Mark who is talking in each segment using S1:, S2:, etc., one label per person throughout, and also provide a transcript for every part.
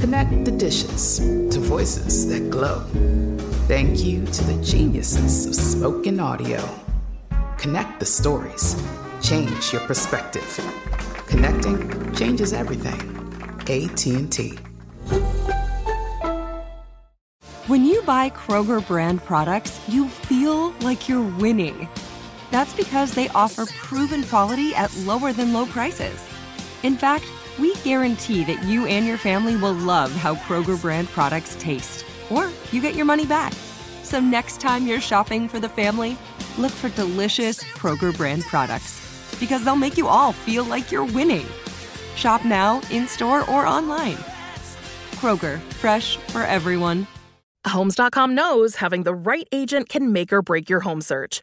S1: Connect the dishes to voices that glow. Thank you to the geniuses of spoken audio. Connect the stories. Change your perspective. Connecting changes everything. AT&T.
S2: When you buy Kroger brand products, you feel like you're winning. That's because they offer proven quality at lower than low prices. In fact, we guarantee that you and your family will love how Kroger brand products taste, or you get your money back. So next time you're shopping for the family, look for delicious Kroger brand products because they'll make you all feel like you're winning. Shop now, in store, or online. Kroger, fresh for everyone.
S3: Homes.com knows having the right agent can make or break your home search.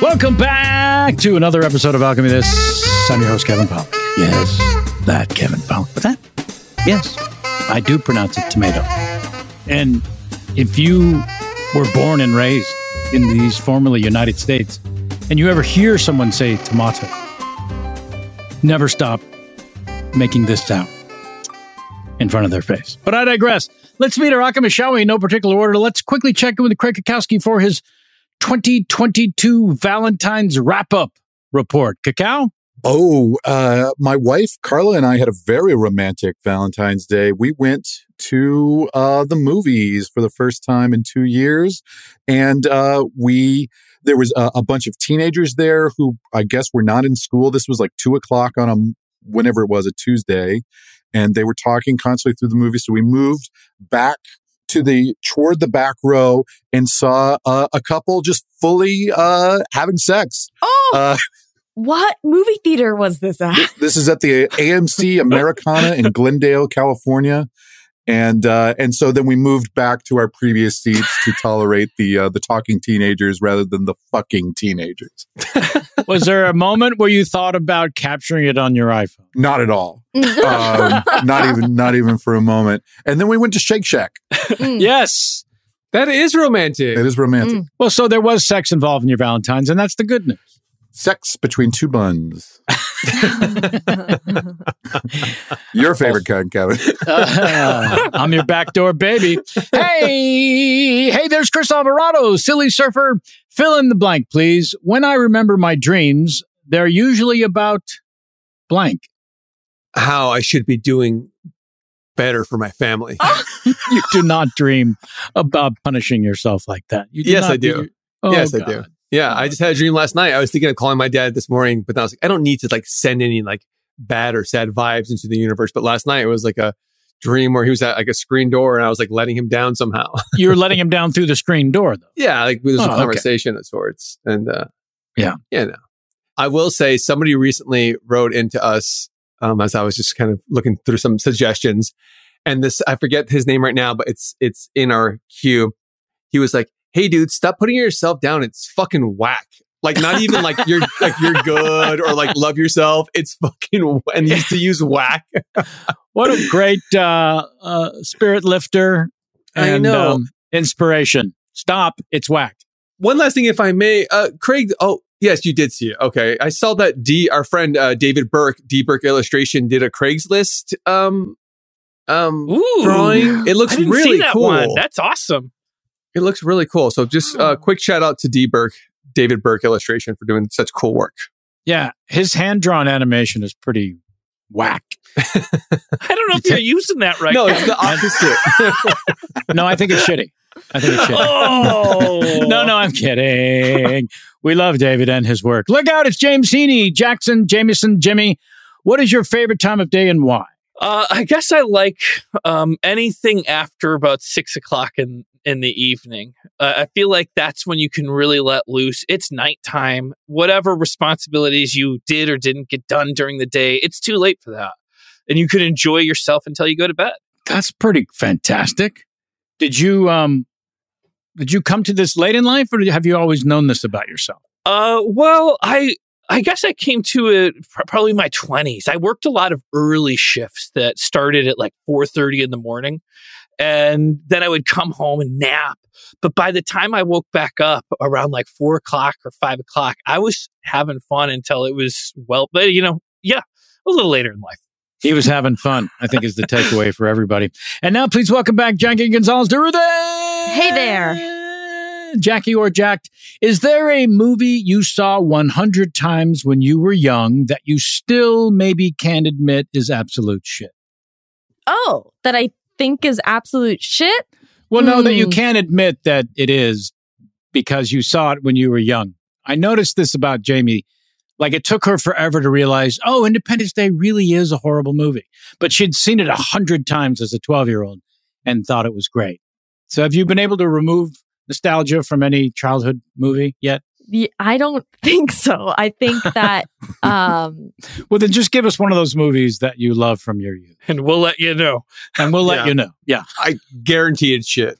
S4: Welcome back to another episode of Alchemy This. I'm your host, Kevin Pollock. Yes, that Kevin Pollock. But that, yes, I do pronounce it tomato. And if you were born and raised in these formerly United States and you ever hear someone say tomato, never stop making this sound in front of their face. But I digress. Let's meet our Alchemist, shall we? In no particular order. Let's quickly check in with Craig Kakowski for his 2022 Valentine's wrap up report. Cacao?
S5: Oh, uh, my wife Carla and I had a very romantic Valentine's Day. We went to uh, the movies for the first time in two years, and uh, we there was a, a bunch of teenagers there who I guess were not in school. This was like two o'clock on a whenever it was a Tuesday, and they were talking constantly through the movie. So we moved back to the toward the back row and saw uh, a couple just fully uh, having sex.
S6: Oh,
S5: Uh,
S6: what movie theater was this at?
S5: this is at the AMC Americana in Glendale, California, and uh, and so then we moved back to our previous seats to tolerate the uh, the talking teenagers rather than the fucking teenagers.
S4: Was there a moment where you thought about capturing it on your iPhone?
S5: Not at all. Um, not even not even for a moment. And then we went to Shake Shack.
S4: Yes.
S7: That is romantic.
S5: It is romantic.
S4: Well, so there was sex involved in your Valentine's, and that's the good news.
S5: Sex between two buns. Your favorite kind, Kevin.
S4: Uh, I'm your backdoor baby. Hey, hey, there's Chris Alvarado, silly surfer, Fill in the blank, please. When I remember my dreams, they're usually about blank.
S7: How I should be doing better for my family.
S4: You do not dream about punishing yourself like that. You
S7: Yes,
S4: not
S7: I do.
S4: Oh,
S7: yes, I
S4: God.
S7: do. Yeah, I just had a dream last night. I was thinking of calling my dad this morning, but then I was like, I don't need to like send any like bad or sad vibes into the universe. But last night it was like a dream where he was at like a screen door and I was like letting him down somehow.
S4: You're letting him down through the screen door, though.
S7: yeah, like there's
S4: Oh,
S7: a
S4: okay.
S7: conversation of sorts. And uh
S4: Yeah.
S7: Yeah, no. I will say somebody recently wrote into us um as I was just kind of looking through some suggestions. And this I forget his name right now, but it's it's in our queue. He was like, Hey dude, stop putting yourself down. It's fucking whack. Like not even like you're like you're good or like love yourself. It's fucking wh- and used to use whack.
S4: What a great uh, uh, spirit lifter
S7: I
S4: and
S7: know.
S4: Um, inspiration. Stop. It's whack.
S7: One last thing, if I may, uh, Craig. Oh, yes, you did see it. Okay, I saw that D. Our friend uh, David Burke, D. Burke Illustration, did a Craigslist um um
S8: Ooh.
S7: drawing. It looks
S8: I didn't
S7: really
S8: see that
S7: cool.
S8: one. That's awesome.
S7: it looks really cool. So just a uh, quick shout out to D. Burke, David Burke Illustration for doing such cool work.
S4: Yeah. His hand drawn animation is pretty whack.
S8: I don't know if you're using that right.
S7: No,
S8: now.
S7: it's the opposite.
S4: No, I think it's shitty. I think it's shitty.
S8: oh
S4: No, no, I'm kidding. We love David and his work. Look out, it's James Heaney, Jackson, Jameson, Jimmy. What is your favorite time of day and why?
S8: Uh, I guess I like um, anything after about six o'clock in in the evening. Uh, I feel like that's when you can really let loose. It's nighttime. Whatever responsibilities you did or didn't get done during the day, it's too late for that, and you can enjoy yourself until you go to bed.
S4: That's pretty fantastic. Did you um did you come to this late in life or have you always known this about yourself?
S8: Uh, well, I I guess I came to it pr- probably my twenties. I worked a lot of early shifts that started at like four thirty in the morning, and then I would come home and nap. But by the time I woke back up around like four o'clock or five o'clock, I was having fun until it was well. But you know, yeah, a little later in life.
S4: He was having fun, I think is the takeaway for everybody. And now please welcome back Jackie Gonzalez Derude. Hey there. Jackie or Jacked, is there a movie you saw 100 times when you were young that you still maybe can't admit is absolute shit?
S6: Oh, that I think is absolute shit.
S4: Well, no, that you
S6: Hmm.
S4: can't admit that it is because you saw it when you were young. I noticed this about Jamie. Like it took her forever to realize, oh, Independence Day really is a horrible movie. But she'd seen it a hundred times as a 12 year old and thought it was great. So have you been able to remove nostalgia from any childhood movie yet?
S6: Y- I don't think so. I think that um
S4: Well, then just give us one of those movies that you love from your youth
S8: And we'll let you know.
S4: and we'll let
S7: Yeah.
S4: you know. Yeah.
S7: I guarantee it's shit.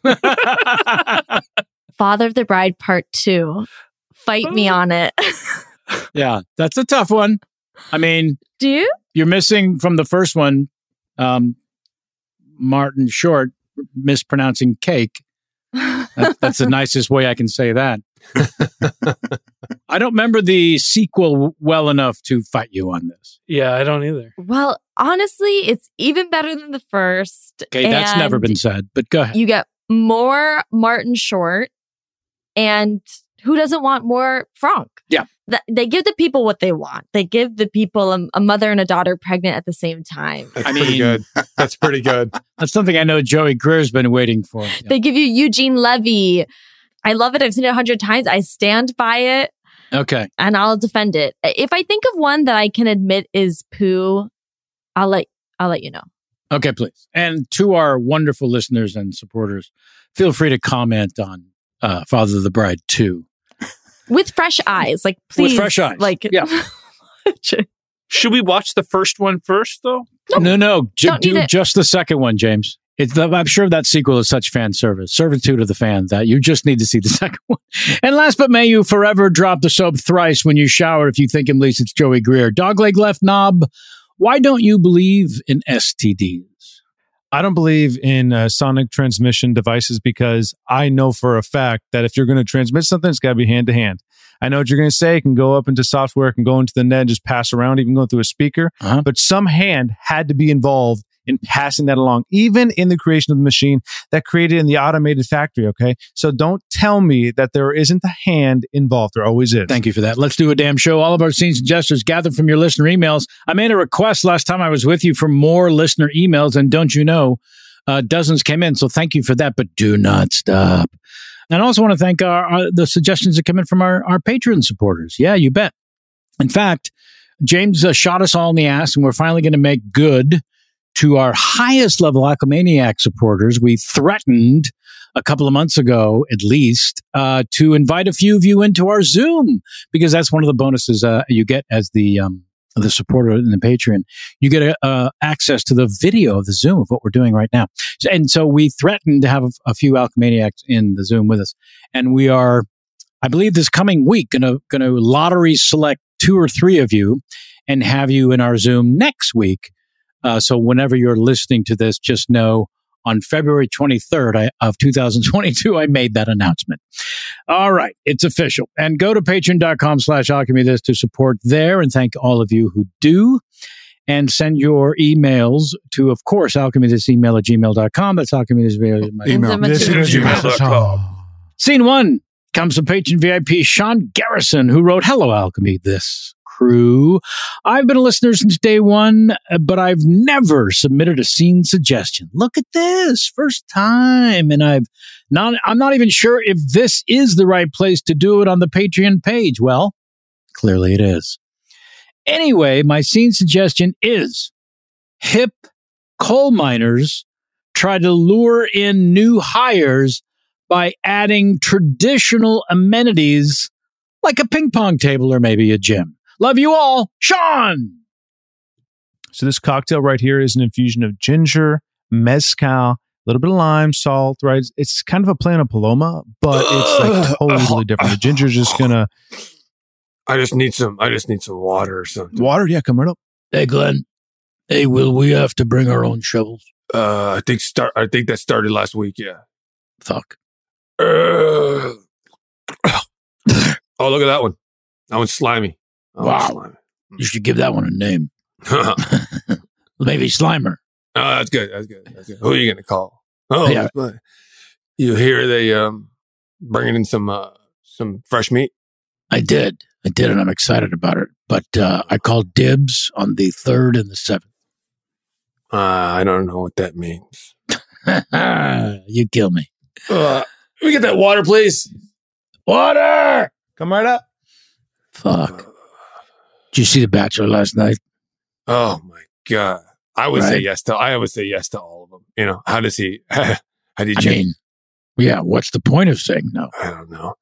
S6: Father of the Bride Part 2 fight
S4: Oh.
S6: me on it.
S4: yeah. That's a tough one. I mean,
S6: Do you?
S4: you're missing from the first one, um, Martin Short mispronouncing cake. That- that's the nicest way I can say that. I don't remember the sequel w- well enough to fight you on this.
S8: Yeah, I don't either.
S6: Well, honestly, it's even better than the first.
S4: Okay, that's never
S6: and
S4: been said, but go ahead.
S6: You get more Martin Short and who doesn't want more Frank?
S4: Yeah.
S6: Th- They give the people what they want. They give the people a, a mother and a daughter pregnant at the same time.
S7: That's
S4: I
S7: pretty
S4: mean-
S7: good. That's pretty good.
S4: That's something I know Joey Greer's been waiting for. Yeah.
S6: They give you Eugene Levy. I love it. I've seen it a hundred times. I stand by it
S4: okay,
S6: and I'll defend it. If I think of one that I can admit is poo, I'll let I'll let you know.
S4: okay, please. And to our wonderful listeners and supporters, feel free to comment on uh, Father of the Bride 2.
S6: With fresh eyes. Like please
S4: With fresh eyes.
S6: Like
S4: Yeah.
S8: Should we watch the first one first though?
S4: No, no, ju-
S6: Don't need
S4: do
S6: it.
S4: just the second one, James. It's the, I'm sure that sequel is such fan service, servitude of the fan that you just need to see the second one. And last but may you forever drop the soap thrice when you shower if you think at least it's Joey Greer. Dogleg left knob. Why don't you believe in STDs?
S9: I don't believe in uh, sonic transmission devices because I know for a fact that if you're going to transmit something, it's got to be hand to hand. I know what you're going to say. It can go up into software, it can go into the net, and just pass around, even go through a speaker.
S4: Uh-huh.
S9: But some hand had to be involved and passing that along, even in the creation of the machine that created in the automated factory. Okay. So don't tell me that there isn't a hand involved. There always is.
S4: Thank you for that. Let's do a damn show. All of our scenes and gestures gathered from your listener emails. I made a request last time I was with you for more listener emails, and don't you know, uh, dozens came in. So thank you for that, but do not stop. And I also want to thank our, our, the suggestions that come in from our, our Patreon supporters. Yeah, you bet. In fact, James uh, shot us all in the ass, and we're finally going to make good to our highest level Aquamaniac supporters. We threatened a couple of months ago, at least, uh, to invite a few of you into our Zoom because that's one of the bonuses uh, you get as the um, the supporter in the Patreon. You get a, uh, access to the video of the Zoom of what we're doing right now, So- and so we threatened to have a, a few Alchemaniacs in the Zoom with us, and we are, I believe, this coming week going to going to lottery select two or three of you and have you in our Zoom next week. Uh, so whenever you're listening to this, just know on February 23rd I, of 2022, I made that announcement. All right, it's official. And go to patreon.com slash alchemy this to support there and thank all of you who do. And send your emails to, of course, alchemythisemail at gmail.com. That's alchemythisemail at
S6: Email. This is
S4: Scene one comes from patron VIP Sean Garrison, who wrote Hello Alchemy, this crew. I've been a listener since day one, uh, but I've never submitted a scene suggestion. Look at this, first time. And I've not, I'm not even sure if this is the right place to do it on the Patreon page. Well, clearly it is. Anyway, my scene suggestion is hip coal miners try to lure in new hires by adding traditional amenities like a ping pong table or maybe a gym. Love you all, Sean.
S9: So this cocktail right here is an infusion of ginger, mezcal, a little bit of lime, salt, right? It's- It's kind of a plan of Paloma, but it's like totally different. The ginger's just gonna
S7: I just need some. I just need some water or something.
S9: water, yeah, come right up.
S4: Hey, Glenn. Hey, will we have to bring our own shovels?
S7: Uh, I think start. I think that started last week. Yeah.
S4: Fuck.
S7: Uh, oh, look at that one. That one's slimy. Hmm. That one's
S4: You should give that one a name.
S7: slimy. oh,
S4: Maybe Slimer.
S7: that's good. That's good. That's good. Who are you gonna call? Oh,
S4: Yeah.
S7: but you hear they um bringing in some uh some fresh meat.
S4: I did. I did, and I'm excited about it. But uh, I called dibs on the third and the
S7: Uh, I don't know what that means.
S4: seventh. you kill me.
S7: Uh, can we get that water, please.
S4: Water!
S9: Come right up.
S7: Uh.
S4: Fuck. Did you see The Bachelor last night?
S7: Oh my god! I would say
S4: Right.
S7: yes to. I would say yes to all of them. You know how does he? how do you?
S4: I
S7: change?
S4: mean, yeah, what's the point of saying no?
S7: I don't know.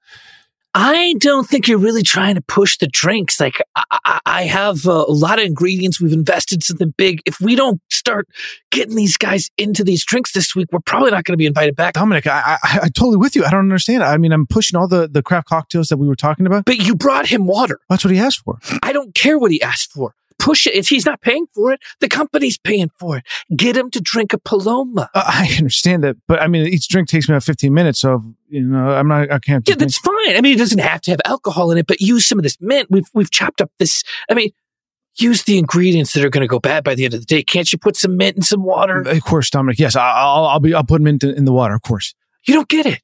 S8: I don't think you're really trying to push the drinks. Like I, I, I have uh, a lot of ingredients. We've invested something big. If we don't start getting these guys into these drinks this week, we're probably not going to be invited back.
S9: Dominic, I, I I totally with you. I don't understand. I mean, I'm pushing all the the craft cocktails that we were talking about.
S8: But you brought him water.
S9: That's what he asked for.
S8: I don't care what he asked for. Push it. If he's not paying for it, the company's paying for it. Get him to drink a Paloma.
S9: Uh, I understand that, but I mean, each drink takes me about 15 minutes, so you know, I'm not. I can't.
S8: Yeah, that's fine. I mean, it doesn't have to have alcohol in it, but use some of this mint. We've we've chopped up this. I mean, use the ingredients that are going to go bad by the end of the day. Can't you put some mint and some water?
S9: of course, Dominic. Yes, I, I'll I'll be. I'll put them in, in the water. Of course.
S8: You don't get it.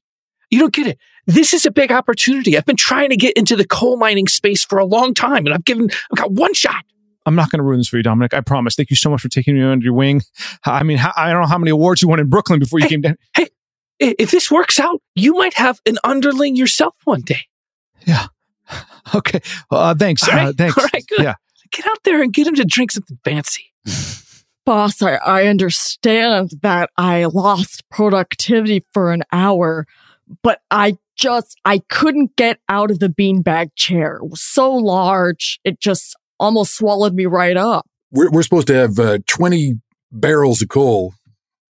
S8: You don't get it. This is a big opportunity. I've been trying to get into the coal mining space for a long time, and I've given I've got one shot.
S9: I'm not going to ruin this for you, Dominic. I promise. Thank you so much for taking me under your wing. I mean, how, I don't know how many awards you won in Brooklyn before you
S8: Hey.
S9: came down.
S8: I- If this works out, you might have an underling yourself one day.
S9: Okay. Uh, thanks.
S8: All right.
S9: Uh, thanks.
S8: All right, good.
S9: Yeah.
S8: Get out there and get him to drink something fancy.
S6: Boss, I, I understand that I lost productivity for an hour, but I just, I couldn't get out of the beanbag chair. It was so large, it just almost swallowed me right up.
S5: We're, we're supposed to have uh, 20 barrels of coal.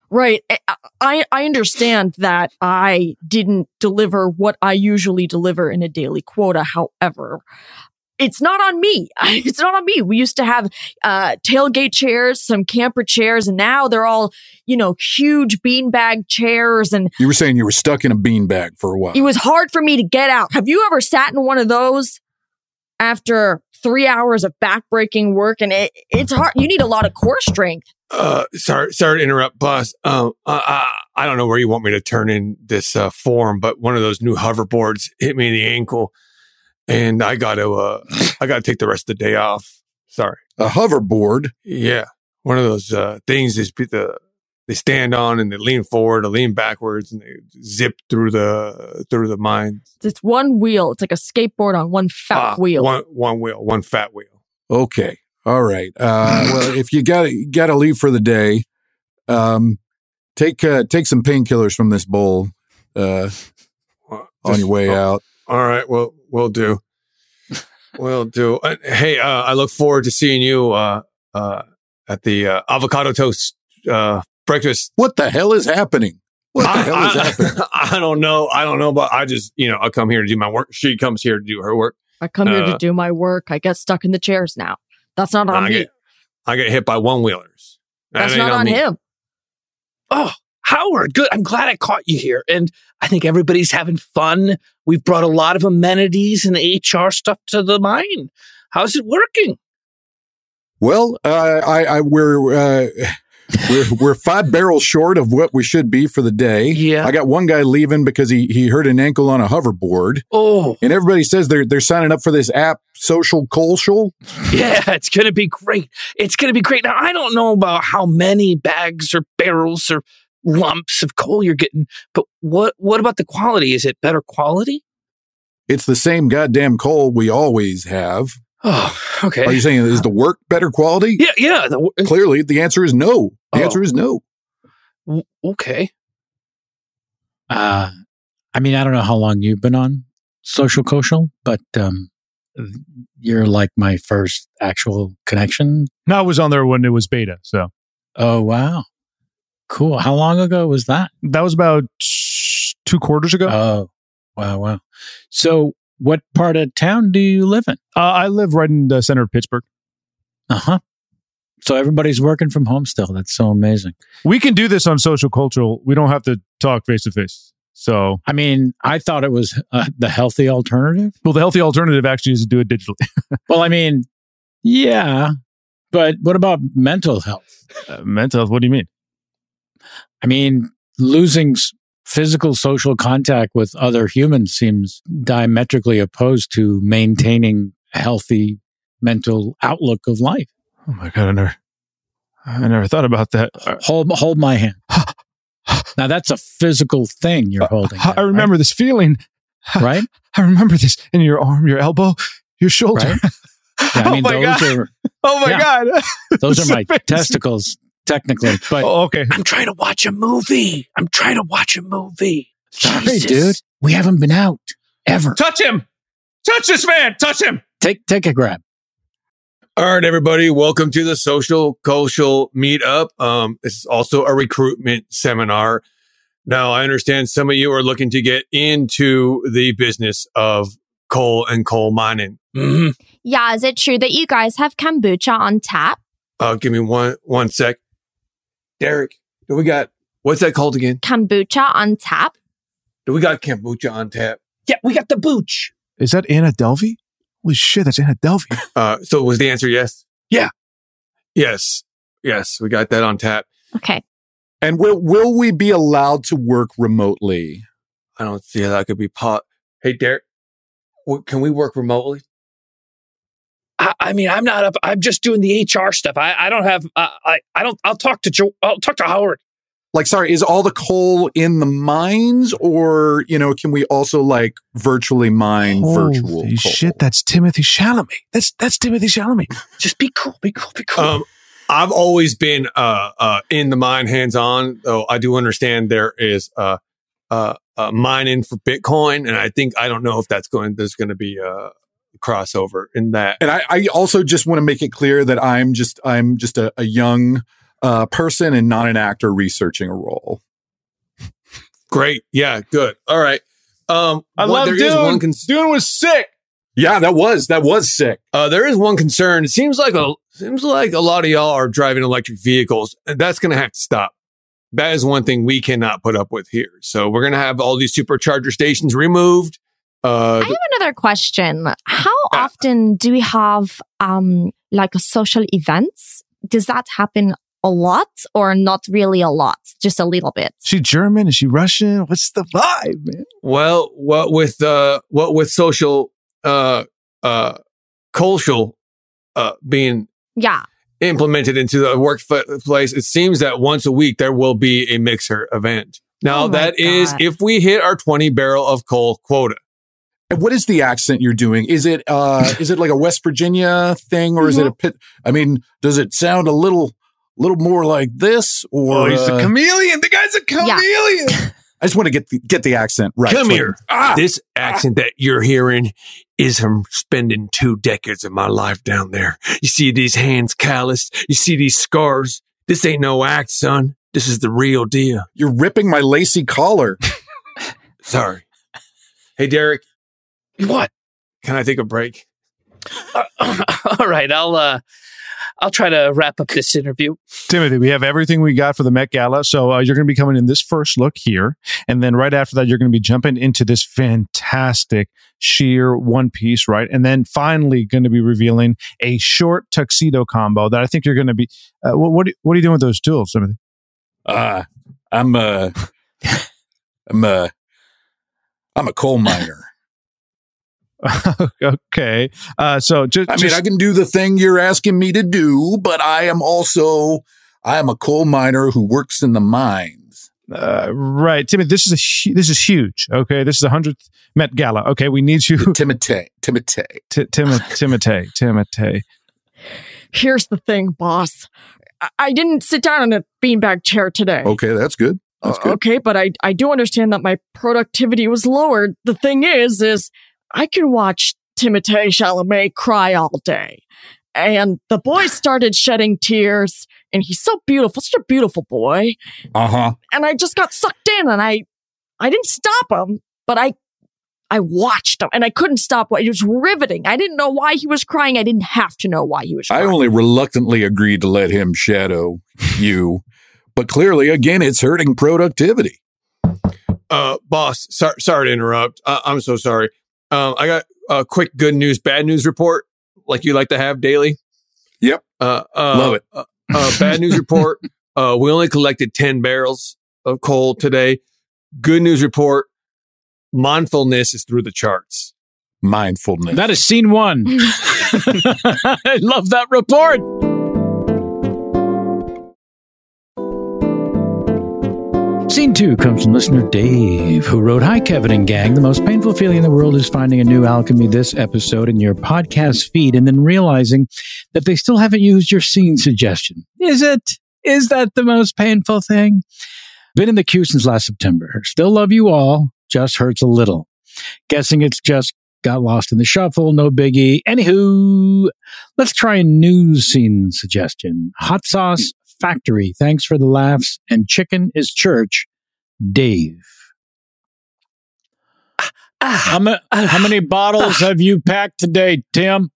S6: Right. I- I, I understand that I didn't deliver what I usually deliver in a daily quota. However, it's not on me. It's not on me. We used to have uh, tailgate chairs, some camper chairs, and now they're all, you know, huge beanbag chairs. And
S5: You were saying you were stuck in a beanbag for a while.
S6: it was hard for me to get out. Have you ever sat in one of those after three hours of backbreaking work? And it, it's hard. You need a lot of core strength.
S7: uh, sorry, sorry to interrupt, boss. Um, uh, I, I don't know where you want me to turn in this uh, form, but one of those new hoverboards hit me in the ankle, and I got to, uh, I got to take the rest of the day off. Sorry.
S5: A hoverboard.
S7: Yeah, one of those uh, things is pe- the they stand on and they lean forward, or lean backwards, and they zip through the through the mine.
S6: It's one wheel. It's like a skateboard on one fat
S7: Ah,
S6: wheel.
S7: One one wheel, one fat wheel.
S5: Okay. All right. Uh, well, if you got to got to leave for the day, um, take uh, take some painkillers from this bowl uh,
S7: Well,
S5: on
S7: just-
S5: your way
S7: oh,
S5: out.
S7: All right. Well, we'll do. we'll do. Uh, hey, uh, I look forward to seeing you uh, uh, at the uh, avocado toast uh, breakfast.
S5: What the hell is happening? What the hell is
S7: I,
S5: happening?
S7: I, I don't know. I don't know, but I just you know I come here to do my work. She comes here to do her work.
S6: I come here
S7: Uh,
S6: to do my work. I get stuck in the chairs now. That's not on
S7: I
S6: me.
S7: get I get hit by one wheelers.
S6: That's not on him.
S8: Oh, Howard, good. I'm glad I caught you here. And I think everybody's having fun. We've brought a lot of amenities and HR stuff to the mine. How's it working?
S5: Well, uh, I, I we're uh, we're we're five barrels short of what we should be for the day.
S8: Yeah.
S5: I got one guy leaving because he he hurt an ankle on a hoverboard,
S8: Oh,
S5: and everybody says they're they're signing up for this app, Social Colshal.
S8: yeah, it's going to be great. It's going to be great. Now, I don't know about how many bags or barrels or lumps of coal you're getting, but what what about the quality? Is it better quality?
S5: It's the same goddamn coal we always have.
S8: Oh,
S5: Are
S8: okay.
S5: you saying is the work better quality?
S8: Yeah, yeah. the-
S5: Clearly, the answer is no. The
S8: Oh.
S5: answer is no.
S8: w- okay.
S4: Uh, I mean, I don't know how long you've been on social social, but um, you're like my first actual connection.
S9: No, I was on there when it was beta. So
S4: Oh wow, cool! How long ago was that?
S9: that was about t- two quarters ago. Uh,
S4: Oh wow, wow. So, what part of town do you live in?
S9: Uh, I live right in the center of Pittsburgh.
S4: Uh huh. So everybody's working from home still. That's so amazing.
S9: We can do this on social cultural. We don't have to talk face to face. So,
S4: I mean, I thought it was uh, the healthy alternative.
S9: well, the healthy alternative actually is to do it digitally.
S4: Well, I mean, yeah, but what about mental health?
S9: Uh, mental health. What do you mean?
S4: I mean, losing s- physical social contact with other humans seems diametrically opposed to maintaining a healthy mental outlook of life.
S9: Oh my god, I never, I never thought about that.
S4: Hold, hold my hand. Now that's a physical thing you're holding.
S9: Uh, I,
S4: there, right?
S9: remember this feeling.
S4: right?
S9: I remember this in your arm, your elbow, your shoulder.
S4: Right? Yeah, I
S9: oh
S4: mean,
S9: my
S4: those
S9: god!
S4: are
S9: oh my
S4: yeah.
S9: god!
S4: those are my
S9: It's amazing.
S4: testicles, technically. But
S9: Oh, okay.
S8: I'm trying to watch a movie. I'm trying to watch a movie.
S4: Sorry,
S8: Jesus.
S4: dude. We haven't been out ever.
S8: Touch him. Touch this man. Touch him.
S4: Take take a grab.
S7: All right, everybody, welcome to the Social Cultural Meetup. Um, this is also a recruitment seminar. Now, I understand some of you are looking to get into the business of coal and coal mining.
S8: Mhm.
S10: Yeah, is it true that you guys have kombucha on tap?
S7: Uh, give me one one sec, Derek. Do we got what's that called again?
S10: Kombucha on tap?
S7: Do we got kombucha on tap?
S8: Yeah, we got the booch.
S9: Is that Anna Delvey? Holy shit, that's Anna Delvey.
S7: Uh, so was the answer yes?
S8: Yeah.
S7: yes, yes. We got that on tap.
S10: Okay.
S5: And will will we be allowed to work remotely?
S7: I don't see how that could be pot. Hey, Derek, w- can we work remotely?
S8: I, I mean, I'm not up. I'm just doing the HR stuff. I, I don't have. Uh, I I don't. I'll talk to Joe. I'll talk to Howard.
S5: Like, sorry, is all the coal in the mines, or you know, can we also like virtually mine virtual coal?
S9: Holy shit, that's Timothy Chalamet. That's that's Timothy Chalamet.
S8: Just be cool. Be cool. Be cool.
S7: Um, I've always been uh, uh, in the mine hands on, though I do understand there is uh, uh, uh, mining for Bitcoin, and I think I don't know if that's going. There's going to be a crossover in that.
S5: and I, I also just want to make it clear that I'm just I'm just a, a young uh, person and not an actor researching a role.
S7: Great, yeah, good, all right. Um,
S9: I
S7: one-
S9: love
S7: there is
S9: Dune.
S7: one cons-
S9: Dune was sick.
S5: Yeah, that was that was sick.
S7: Uh, there is one concern. It seems like a seems like a lot of y'all are driving electric vehicles, and that's going to have to stop. That is one thing we cannot put up with here. So we're going to have all these supercharger stations removed. Uh,
S10: I have another question. How often do we have um like social events? Does that happen a lot or not really a lot, just a little bit.
S9: She German? Is she Russian? What's the vibe, man?
S7: Well, what with uh, what with social uh, uh, cultural uh, being
S10: Yeah.
S7: implemented into the workplace, it seems that once a week there will be a mixer event. Now
S10: Oh my
S7: that is
S10: God.
S7: if we hit our twenty barrel of coal quota.
S5: And what is the accent you're doing? Is it uh is it like a West Virginia thing or is it a
S9: Mm-hmm.
S5: pit I mean, does it sound a little little more like this or uh,
S9: Oh, chameleon. The guy's a chameleon.
S5: I just want to get the, get the accent right.
S7: Come
S5: So-
S7: here.
S5: Ah!
S7: This accent that you're hearing is from spending two decades of my life down there. You see these hands calloused. You see these scars. This ain't no act, son. This is the real deal.
S5: You're ripping my lacy collar.
S7: Sorry. Hey, Derek,
S8: What?
S7: can I take a break?
S8: Uh, All right, I'll uh, I'll try to wrap up this interview.
S9: Timothy, we have everything we got for the Met Gala. So uh, you're going to be coming in this first look here. And then right after that, you're going to be jumping into this fantastic sheer one piece, right? And then finally, going to be revealing a short tuxedo combo that I think you're going to be. Uh, what, what, what are you doing with those tools, Timothy?
S5: Uh I'm uh I'm uh I'm a coal miner.
S9: okay. Uh, so just.
S5: I mean, I can do the thing you're asking me to do, but I am also I am a coal miner who works in the mines.
S9: uh, right, Timothy. This is a hu- this is huge. Okay, this is the hundredth Met Gala. Okay, we need you,
S5: Timotei, Timotei.
S9: T- Tim- Timothy, Timothy.
S6: Here's the thing, boss. I, I didn't sit down in a beanbag chair today.
S5: Okay, that's good. That's
S6: Uh,
S5: good.
S6: okay, but I I do understand that my productivity was lowered. The thing is, is I can watch Timothée Chalamet cry all day, and the boy started shedding tears, and he's so beautiful, such a beautiful boy,
S5: Uh-huh.
S6: and I just got sucked in, and I I didn't stop him, but I I watched him, and I couldn't stop. It was riveting. I didn't know why he was crying. I didn't have to know why he was.
S5: I
S6: crying.
S5: only reluctantly agreed to let him shadow you, but clearly, again, it's hurting productivity.
S7: Uh, boss, sor- sorry to interrupt. I- I'm so sorry. Um, I got a quick good news, bad news report, like you like to have daily.
S5: Yep.
S7: Uh, uh,
S5: Love it.
S7: Uh, uh, bad news report. Uh, we only collected 10 barrels of coal today. Good news report. Mindfulness is through the charts.
S5: Mindfulness.
S4: That is scene one. I love that report. Scene two comes from listener Dave, who wrote Hi, Kevin and Gang. The most painful feeling in the world is finding a new alchemy this episode in your podcast feed and then realizing that they still haven't used your scene suggestion. Is it? Is that the most painful thing? Been in the queue since last September. Still love you all, just hurts a little. Guessing it's just got lost in the shuffle, no biggie. Anywho, let's try a news scene suggestion. Hot sauce factory. Thanks for the laughs. And chicken is church. Dave.
S8: Ah,
S4: How, ma- how many bottles have you packed today, Tim?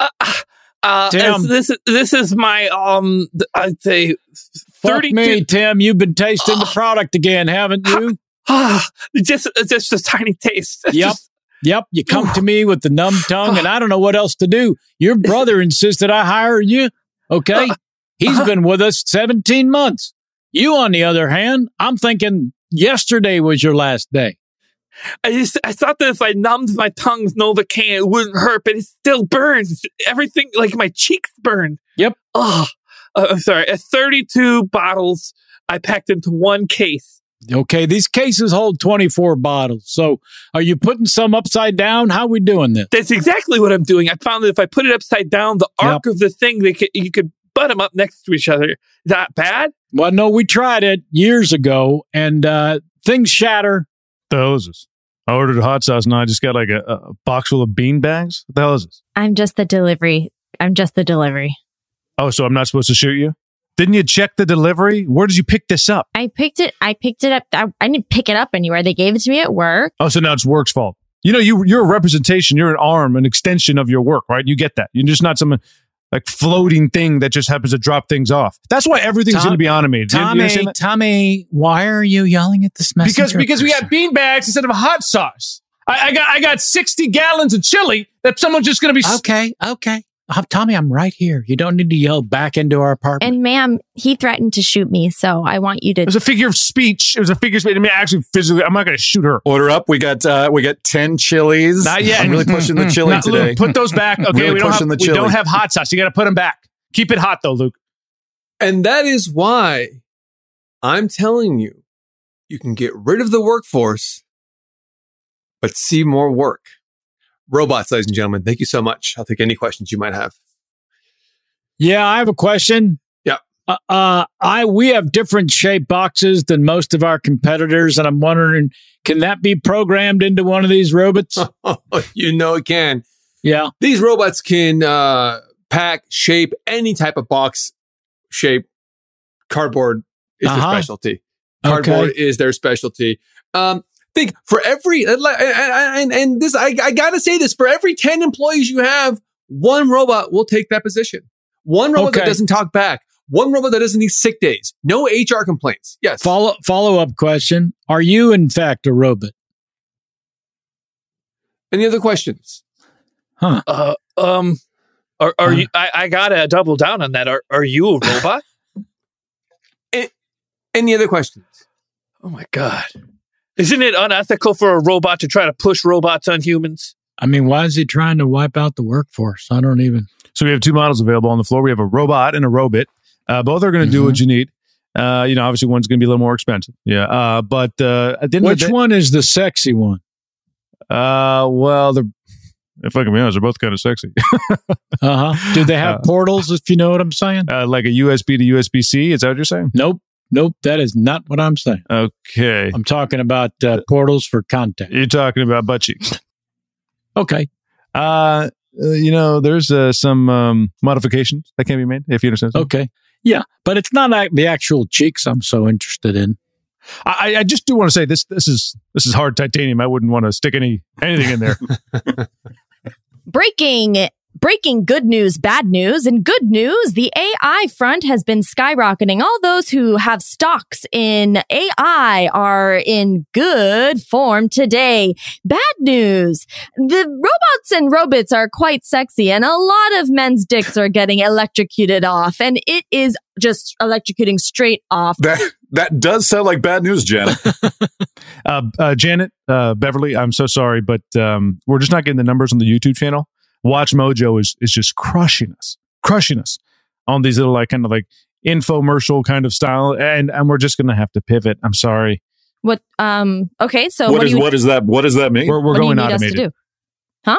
S8: ah, ah, uh,
S4: Tim.
S8: as this this is my um th- I'd say
S4: Fuck
S8: thirty
S4: me, Tim. You've been tasting the product again, haven't you?
S8: Ah, just just a tiny taste.
S4: Yep. Yep. You come to me with the numb tongue, and I don't know what else to do. Your brother insisted I hire you. Okay.
S8: Uh-huh.
S4: He's been with us 17 months. You, on the other hand, I'm thinking yesterday was your last day.
S8: I just I thought that if I numbed my tongue with Novocaine, it wouldn't hurt, but it still burns. Everything like my cheeks burn.
S4: Yep.
S8: Oh, I'm sorry. Uh, 32 bottles I packed into one case.
S4: Okay, these cases hold 24 bottles. So are you putting some upside down? How we doing this?
S8: That's exactly what I'm doing. I found that if I put it upside down, the arc of the thing, they could, you could butt them up next to each other. That bad?
S4: Well, no, we tried it years ago and uh, things shatter.
S9: the hell is this? I ordered a hot sauce and I just got like a, a box full of bean bags. What the hell is this?
S10: I'm just the delivery. I'm just the delivery.
S9: Oh, so I'm not supposed to shoot you? Didn't you check the delivery? Where did you pick this up?
S10: I picked it. I picked it up. I, I didn't pick it up anywhere. They gave it to me at work.
S9: Oh, so now it's work's fault. You know, you you're a representation, you're an arm, an extension of your work, right? You get that. You're just not some uh, like floating thing that just happens to drop things off. That's why everything's
S4: Tom-
S9: going to be automated. You- you
S4: Tommy,
S9: understand that?
S4: Tommy, why are you yelling at this messenger?
S11: because because we
S4: person?
S11: got bean bags instead of hot sauce. I, I got I got sixty gallons of chili that someone's just gonna be. s-
S4: Okay, okay, "Oh, Tommy, I'm right here. You don't need to yell back into our apartment.
S10: And ma'am, he threatened to shoot me, so I want you
S9: It was
S10: to.
S9: a figure of speech. It was a figure of speech. I mean, actually, physically, I'm not going to shoot her.
S5: Order up. We got uh, we got ten chilies.
S9: Not yet.
S5: I'm really pushing the chili
S9: Not-
S5: today.
S9: Luke, put those back. Okay,
S5: Really
S9: we, don't have,
S5: pushing the
S9: we
S5: chili.
S9: don't have hot sauce. You got to put them back. Keep it hot though, Luke.
S7: And that is why I'm telling you, you can get rid of the workforce, but see more work. Robots, ladies and gentlemen, thank you so much. I'll take any questions you might have.
S4: Yeah, I have a question.
S7: Yeah.
S4: Uh, uh, I we have different shape boxes than most of our competitors, and I'm wondering, can that be programmed into one of these robots?
S7: you know it can.
S4: yeah.
S7: These robots can uh, pack, shape any type of box shape. Cardboard is
S4: Uh-huh.
S7: their specialty.
S4: Okay.
S7: Cardboard is their specialty. Um, think for every uh, and, and, and this I, I gotta say this for every ten employees you have, one robot will take that position. One robot that
S4: Okay.
S7: doesn't talk back. One robot that doesn't need sick days. No HR complaints. Yes.
S4: Follow follow up question: Are you in fact a robot?
S7: Any other questions?
S4: Huh?
S8: Uh, um, are, are you? I, I gotta double down on that. Are Are you a robot?
S7: Eh, Any other questions?
S8: oh my god! Isn't it unethical for a robot to try to push robots on humans?
S4: I mean, why is he trying to wipe out the workforce? I don't even.
S9: So we have two models available on the floor. We have a robot and a robot. Uh, both are going to do what you
S4: Mm-hmm.
S9: need. Uh, you know, obviously, one's going to be a little more expensive. Yeah. Uh, but uh, at the end
S4: Which
S9: of the day,
S4: one is the sexy one?
S9: Uh, well, they're, if I can be honest, they're both kind of sexy.
S4: Uh huh. Do they have
S9: Uh,
S4: portals? If you know what I'm saying.
S9: uh, like a USB to USB C. Is that what you're saying?
S4: Nope. Nope. That is not what I'm saying.
S9: Okay.
S4: I'm talking about uh, portals for contact.
S9: You're talking about butt cheeks.
S4: Okay.
S9: Uh, uh, you know, there's uh, some um, modifications that can be made if you understand. what I'm saying.
S4: Okay. Yeah, but it's not ac- the actual cheeks I'm so interested in.
S9: I, I- I just do want to say this. This is this is hard titanium. I wouldn't want to stick any anything in there.
S10: Breaking. Breaking good news, bad news, and good news. The AI front has been skyrocketing. All those who have stocks in AI are in good form today. Bad news. The robots and robots are quite sexy and a lot of men's dicks are getting electrocuted off and it is just electrocuting straight off.
S5: that that does sound like bad news, Janet.
S9: uh, uh, Janet uh, Beverly, I'm so sorry, but um, we're just not getting the numbers on the YouTube channel. Watch Mojo is is just crushing us, crushing us on these little like kind of like infomercial kind of style, and and we're just gonna have to pivot. I'm sorry,
S10: What um okay, so what,
S5: what is
S10: do you,
S5: what is that? What does that mean?
S9: we're we're
S10: what do you
S9: going
S10: need us to
S9: automated.
S10: do?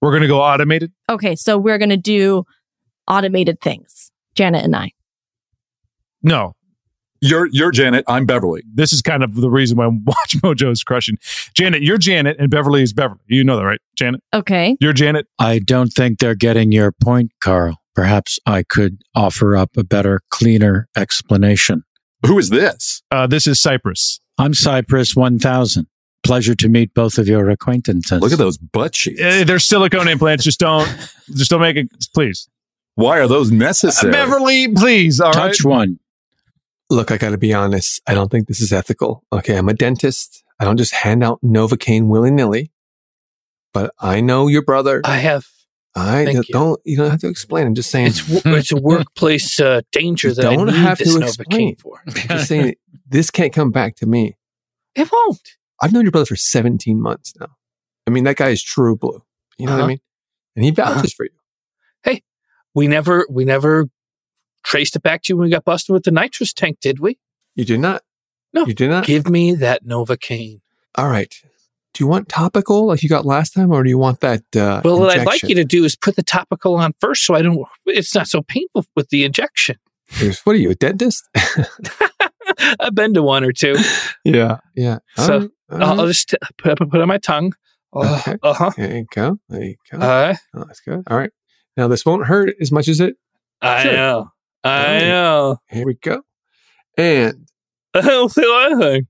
S9: We're gonna go automated.
S10: Okay, so we're gonna do automated things, Janet and I.
S9: No,
S5: You're you're Janet. I'm Beverly.
S9: this is kind of the reason why Watch Mojo is crushing. Janet, you're Janet, and Beverly is Beverly. You know that, right? Janet,
S10: Okay.
S9: you're Janet.
S4: I don't think they're getting your point, Carl. Perhaps I could offer up a better, cleaner explanation.
S5: Who is this?
S9: Uh, this is Cypress.
S4: I'm Cypress 1000. Pleasure to meet both of your acquaintances.
S5: Look at those butt cheeks.
S9: Eh, They're silicone implants. Just don't, just don't make it, please.
S5: Why are those necessary?
S9: Beverly, please. All right.
S4: Touch one.
S7: Look, I gotta be honest. I don't think this is ethical. Okay, I'm a dentist. I don't just hand out Novocaine willy nilly. But I know your brother.
S8: I have.
S7: I
S8: Thank you.
S7: don't. You. don't have to explain. I'm just saying.
S8: It's wo- it's a workplace uh, danger
S7: You
S8: that I
S7: don't
S8: need
S7: have
S8: this
S7: to
S8: Novocaine
S7: explain.
S8: for.
S7: I'm just saying. This can't come back to me.
S8: It won't.
S7: I've known your brother for 17 months now. I mean, that guy is true blue. You know what
S8: Uh-huh.
S7: I mean? And he vouches for you.
S8: We never we never traced it back to when we got busted with the nitrous tank, did we?
S7: You do not.
S8: No.
S7: You do not.
S8: Give me that Novocaine.
S7: All right. Do you want topical like you got last time, or do you want that? Uh,
S8: Well, what I'd like you
S7: injection?
S8: to do is put the topical on first, so I don't. It's not so painful with the injection.
S7: What are you, a dentist?
S8: I've been to one or two.
S7: yeah. Yeah.
S8: So, uh,
S7: All right. All
S8: I'll, I'll
S7: right.
S8: just put, put it on my tongue. Uh
S7: Okay.
S8: huh.
S7: There you go. There you go.
S8: Uh,
S7: oh, that's good. All right. Now this won't hurt as much as it.
S8: I
S7: Sure.
S8: know. I
S7: Alright.
S8: know.
S7: Here we go. And
S8: I don't feel anything.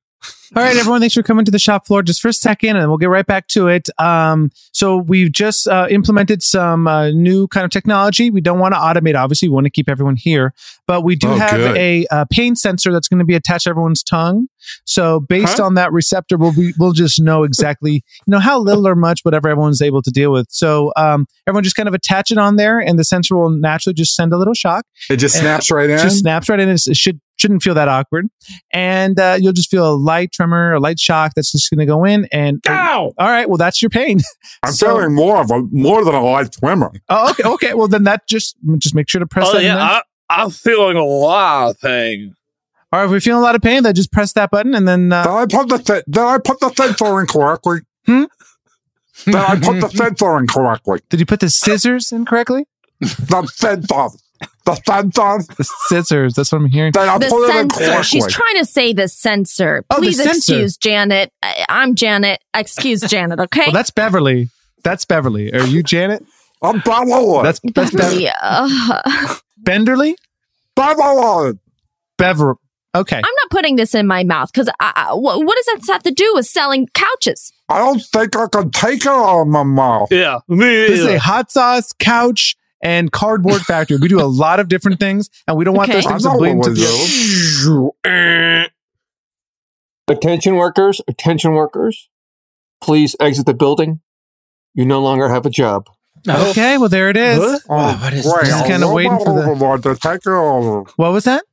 S12: All right, everyone. Thanks for coming to the shop floor just for a second, and we'll get right back to it. Um, so we've just uh, implemented some uh, new kind of technology. We don't want to automate, obviously. We want to keep everyone here, but we do
S5: Oh,
S12: have
S5: good.
S12: a uh, pain sensor that's going to be attached to everyone's tongue. So based
S8: Huh?
S12: on that receptor, we'll be, we'll just know exactly you know how little or much whatever everyone's able to deal with. So um, everyone just kind of attach it on there, and the sensor will naturally just send a little shock.
S5: It just
S12: And-
S5: snaps right in.
S12: Just snaps right in. It's- It should shouldn't feel that awkward, and uh, you'll just feel a light tremor, a light shock that's just going to go in. And oh,
S8: Ow!
S12: all right, well that's your pain.
S5: I'm
S12: so-
S5: feeling more of a more than a live tremor.
S12: oh, okay, okay. Well then that just just make sure to press
S8: Oh
S12: that. in
S8: yeah,
S12: there.
S8: I, I'm feeling a lot of pain. uh,
S12: All right, if you're feeling a lot of pain, then just press that button, and then uh,
S5: Did I put the th- did I put the sensor in correctly?
S12: Hmm?
S5: Did I put the sensor in correctly?
S12: did you put the scissors in correctly?
S5: The sensor. The sensor.
S12: The scissors. That's what I'm hearing.
S5: Did I
S10: The
S5: put it in
S10: censor.
S5: correctly?
S10: She's trying to say the censor.
S12: Oh, the
S10: Please
S12: censor.
S10: excuse Janet. I, I'm Janet. Excuse Janet, okay?
S12: Well, Oh, that's Beverly. That's Beverly. Are you Janet?
S5: I'm Beverly.
S12: That's that's Bev-
S10: Yeah. Ugh. uh, I'm
S12: Benderly.
S5: Beverly.
S12: Bever. Okay.
S10: not putting this in my mouth because what, what does that have to do with selling couches?
S5: I don't think I can take it out of my mouth.
S8: Yeah, me.
S12: This is
S8: either.
S12: a hot sauce couch and cardboard factory. We do a lot of different things, and we don't want
S10: Okay.
S12: those things
S5: I
S12: to
S5: know
S12: bleed
S5: what
S12: into
S5: it
S12: the.
S7: Attention workers, attention workers. Please exit the building. You no longer have a job.
S12: Okay, well there it is.
S5: Oh,
S4: what is
S5: great.
S4: this?
S12: Just kinda
S5: I
S12: waiting
S5: want
S12: for the-
S5: Overlord to take it over.
S12: What was that?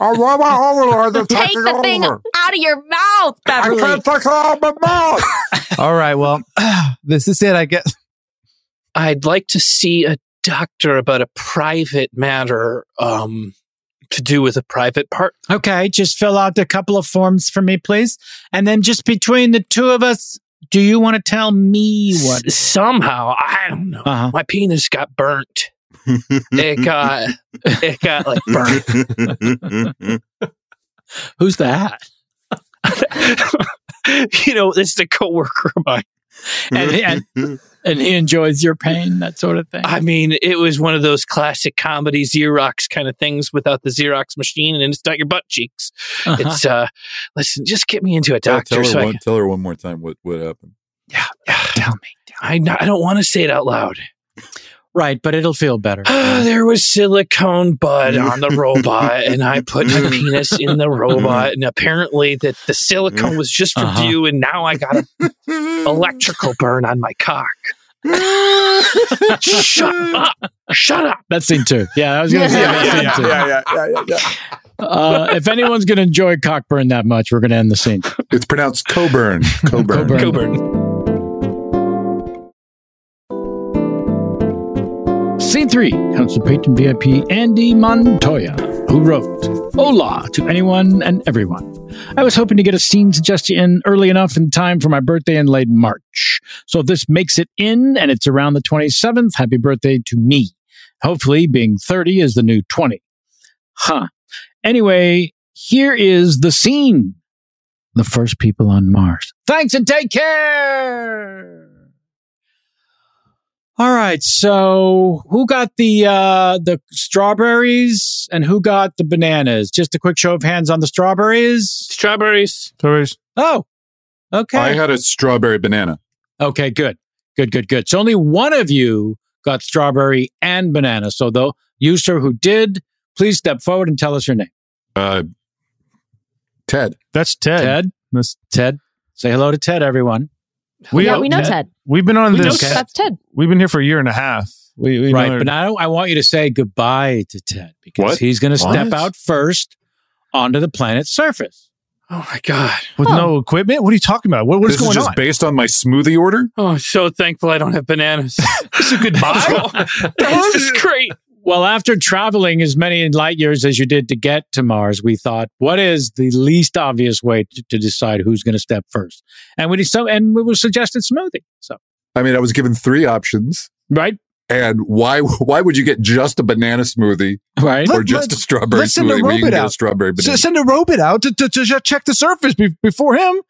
S5: I want my overlord to take
S10: Take
S5: it
S10: the thing
S5: over.
S10: out of your mouth,
S5: I
S10: Beverly.
S5: can't take it out of my mouth.
S12: All right, well this is it. I guess
S8: I'd like to see a doctor about a private matter um, to do with a private part.
S4: Okay, just fill out a couple of forms for me, please. And then just between the two of us, do you want to tell me what?
S8: S- somehow, I don't know.
S4: Uh-huh.
S8: My penis got burnt. It got it got like burnt.
S4: Who's that?
S8: you know, this is a coworker of mine.
S4: And, and, and he enjoys your pain, that sort of thing.
S8: I mean, it was one of those classic comedy Xerox kind of things without the Xerox machine, and it's not your butt cheeks.
S4: Uh-huh.
S8: It's uh, listen, just get me into a
S5: Tell-
S8: doctor.
S5: tell, her
S8: so I
S5: one,
S8: can-
S5: tell her one more time what, what happened.
S8: yeah, yeah.
S4: tell me.
S8: I n- I don't want to say it out loud.
S4: Right, but it'll feel better.
S8: there was silicone bud on the robot, and I put my penis in the robot, and apparently that the silicone was just for
S4: Uh-huh.
S8: you, and now I got an electrical burn on my cock. Shut up! Shut up!
S4: That's scene two. Yeah, I was going to say that's scene two.
S5: yeah, yeah, yeah, yeah.
S4: Uh, if anyone's going to enjoy Cockburn that much, we're going to end the scene.
S5: It's pronounced Coburn. Coburn.
S4: Coburn.
S8: Coburn.
S4: Scene three comes from patron VIP Andy Montoya, who wrote, Hola to anyone and everyone. I was hoping to get a scene suggestion early enough in time for my birthday in late March. So if this makes it in and it's around the 27th, happy birthday to me. Hopefully, being 30 is the new 20. Huh. Anyway, here is the scene the first people on Mars. Thanks and take care. All right, so who got the uh the strawberries and who got the bananas? Just a quick show of hands on the strawberries.
S8: Strawberries.
S12: Torres.
S4: Oh. Okay.
S5: I had a strawberry banana.
S4: okay, good. Good, good, good. So only one of you got strawberry and banana. So the you sir who did, please step forward and tell us your name.
S5: Uh, Ted.
S12: That's Ted.
S4: Ted.
S12: That's-
S4: Ted. Say hello to Ted, everyone.
S12: We,
S10: Oh, yeah, we know Ted.
S12: We've been on
S8: We know
S12: this.
S8: Ted.
S10: That's Ted.
S12: We've been here for a year and a half. We, we
S4: right,
S12: know-
S4: but now I want you to say goodbye to Ted because
S5: What?
S4: he's going to step
S5: What?
S4: out first onto the planet's surface.
S8: Oh my god!
S12: with no equipment. What are you talking about? What, what is
S5: this is
S12: going
S5: just
S12: on?
S5: based on my smoothie order.
S8: Oh, I'm so thankful I don't have bananas. it's a goodbye. this is great.
S4: Well, after traveling as many light years as you did to get to Mars, we thought, what is the least obvious way to, to decide who's going to step first? And we did so, and we were suggested smoothie. So,
S5: I mean, I was given three options,
S4: right,
S5: and why? Why would you get just a banana smoothie
S4: right.
S12: Look,
S5: or just a
S12: let's-
S5: strawberry
S12: let's send a
S5: smoothie? when you
S12: robot
S5: can get a
S12: out.
S5: strawberry banana.
S12: S- send a robot out to, to, to check the surface be- before him.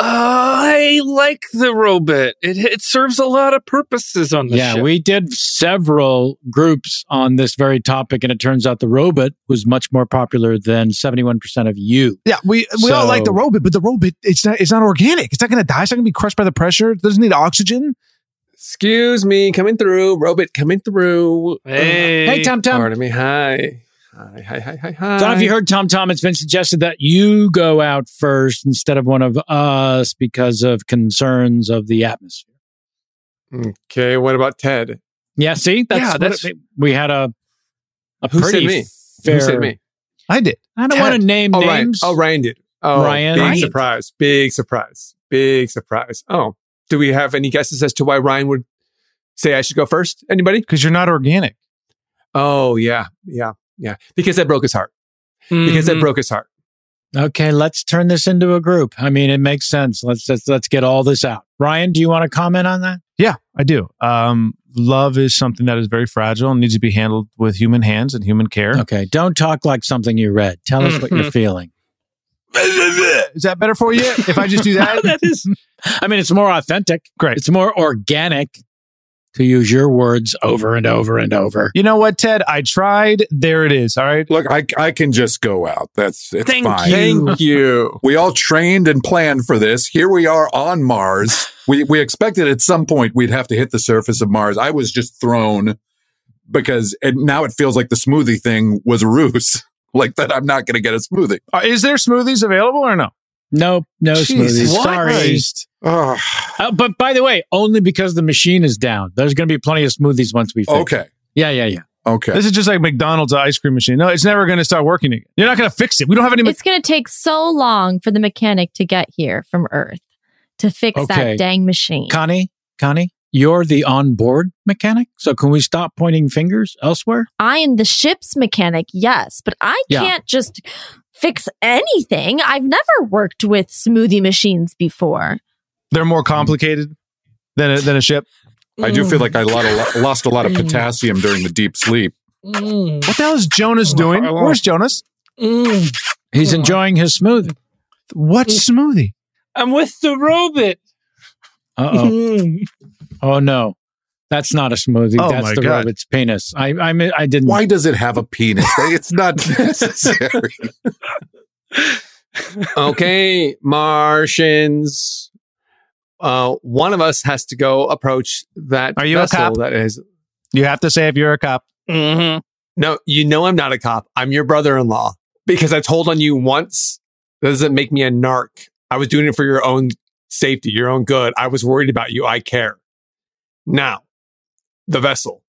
S8: I like the robot. It, it serves a lot of purposes on the
S4: yeah,
S8: ship.
S4: we did several groups on this very topic, and it turns out the robot was much more popular than 71% of you.
S9: Yeah, we we all like the
S4: So-
S9: robot, but the robot it's not it's not organic. It's not going to die. It's not going to be crushed by the pressure. It doesn't need oxygen.
S7: Excuse me, coming through. Robot coming through.
S8: hey,
S4: Hey, Tom Tom.
S7: Pardon me. Hi. Hi, hi, hi, hi, hi.
S4: Don, have
S9: uh,
S4: you heard Tom Tom? It's been suggested that you go out first instead of one of us because of concerns of the atmosphere.
S7: Okay, what about Ted?
S4: Yeah, see, that's,
S8: Yeah,
S4: what
S8: that's-
S4: it- we had a a
S7: Who
S4: pretty
S7: said me?
S4: fair.
S7: Who said me?
S9: I did.
S4: I don't
S7: Ted.
S4: want to name
S7: Oh, Ryan.
S4: names.
S7: Oh, Ryan did. Oh,
S4: Ryan.
S7: Big
S4: Ryan.
S7: surprise. Big surprise. Big surprise. Oh, do we have any guesses as to why Ryan would say I should go first? Anybody?
S9: Because you're not organic.
S7: Oh, yeah. Yeah. Yeah. Because that broke his heart. Because that
S9: Mm-hmm.
S8: Mhm.
S7: broke his heart.
S4: Okay, let's turn this into a group. I mean, it makes sense. Let's let's, let's get all this out. Ryan, do you want to comment on that?
S9: Yeah, I do. Um, love is something that is very fragile and needs to be handled with human hands and human care.
S4: Okay, don't talk like something you read. Tell us what you're feeling.
S9: Is that better for you? If I just do that,
S4: that is, I mean, it's more authentic.
S9: Great.
S4: It's more organic. To use your words over and over and over.
S9: you know what, Ted? I tried. There it is. All right.
S5: Look, I, I can just go out. That's it's
S8: Thank
S5: fine.
S7: Thank you.
S5: We all trained and planned for this. Here we are on Mars. we we expected at some point we'd have to hit the surface of Mars. I was just thrown because and now it feels like the smoothie thing was a ruse. Like that I'm not going to get a smoothie.
S9: Uh, is there smoothies available or no?
S4: Nope, no smoothies.
S9: what?
S4: Sorry.
S5: Ugh.
S4: Uh, but by the way, only because the machine is down. There's going to be plenty of smoothies once we fix.
S5: okay.
S4: Yeah, yeah, yeah.
S5: Okay.
S9: This is just like McDonald's ice cream machine. No, it's never going to start working again. You're not going to fix it. We don't have any.
S10: It's going to take so long for the mechanic to get here from Earth to fix
S4: Okay.
S10: that dang machine.
S4: Connie, Connie, you're the on-board mechanic, so can we stop pointing fingers elsewhere?
S10: I am the ship's mechanic, yes, but I
S4: Yeah.
S10: can't just fix anything. I've never worked with smoothie machines before.
S9: They're more complicated than a, than a ship.
S5: I do feel like I lot of, lost a lot of potassium during the deep sleep.
S8: Mm,
S9: What the hell is Jonas doing? Where's Jonas?
S8: mm.
S4: He's enjoying his smoothie.
S9: What smoothie?
S8: I'm with the robot.
S4: Uh oh.
S8: Mm.
S4: oh no, that's not a smoothie.
S9: Oh,
S4: that's
S9: my
S4: the
S9: God.
S4: robot's penis. I I mean, I didn't.
S5: Why does it have a penis? It's not necessary.
S7: okay, Martians. Uh, one of us has to go approach that
S9: Are you a
S7: vessel
S9: cop?
S7: that is.
S9: You have to say if you're a cop.
S8: Mhm.
S7: No, you know I'm not a cop. I'm your brother-in-law because I told on you once. That doesn't make me a narc. I was doing it for your own safety, your own good. I was worried about you. I care. Now, the vessel.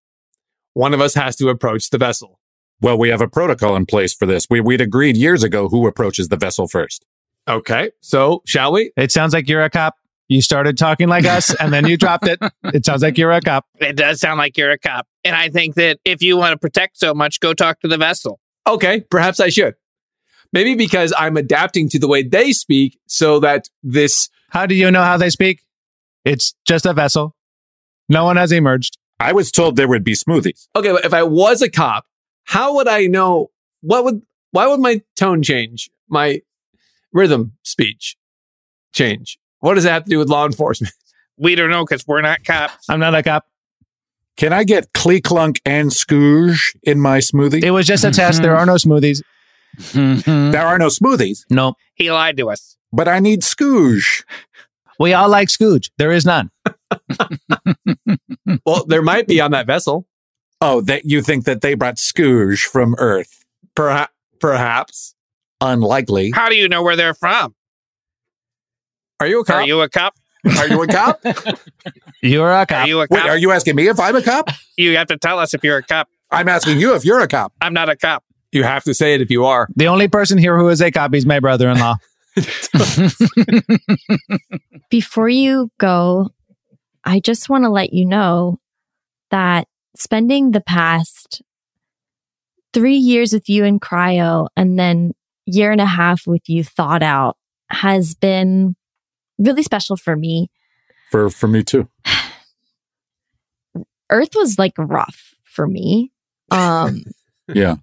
S7: One of us has to approach the vessel.
S5: Well, we have a protocol in place for this. We, we'd agreed years ago who approaches the vessel first.
S7: Okay, so shall we?
S9: It sounds like you're a cop. You started talking like us and then you dropped it. It sounds like you're a cop.
S8: It does sound like you're a cop. And I think that if you want to protect so much, go talk to the vessel.
S7: okay, perhaps I should. Maybe because I'm adapting to the way they speak so that this
S9: How do you know how they speak? It's just a vessel. No one has emerged.
S5: I was told there would be smoothies.
S7: okay, but if I was a cop, how would I know what would why would my tone change? My rhythm speech change. What does that have to do with law enforcement?
S8: We don't know because we're not cops.
S9: I'm not a cop.
S5: Can I get Klee Clunk and Scooge in my smoothie? Mm-hmm.
S9: It was just a test.
S8: Mm-hmm.
S9: There are no smoothies.
S4: Mhm.
S5: there are no smoothies,
S9: No.
S8: He lied to us.
S5: but I need Scooge.
S9: We all like Scooge. There is none. Hmm.
S7: well, there might be on that vessel.
S5: Oh, that you think that they brought Scooge from Earth?
S7: Perhaps perhaps.
S5: Unlikely.
S8: How do you know where they're from?
S7: Are you a cop?
S8: Are you a cop?
S5: Are you a cop?
S9: You're a
S8: Are
S9: cop.
S8: you a cop?
S5: Wait, are you asking me if I'm a cop?
S8: you have to tell us if you're a cop.
S5: I'm asking you if you're a cop.
S8: I'm not a cop.
S7: You have to say it if you are.
S9: The only person here who is a cop is my brother in law.
S10: Before you go, I just want to let you know that spending the past three years with you in cryo and then year and a half with you thought out has been really special for me.
S5: For for me too.
S10: Earth was like rough for me. Um,
S5: Yeah.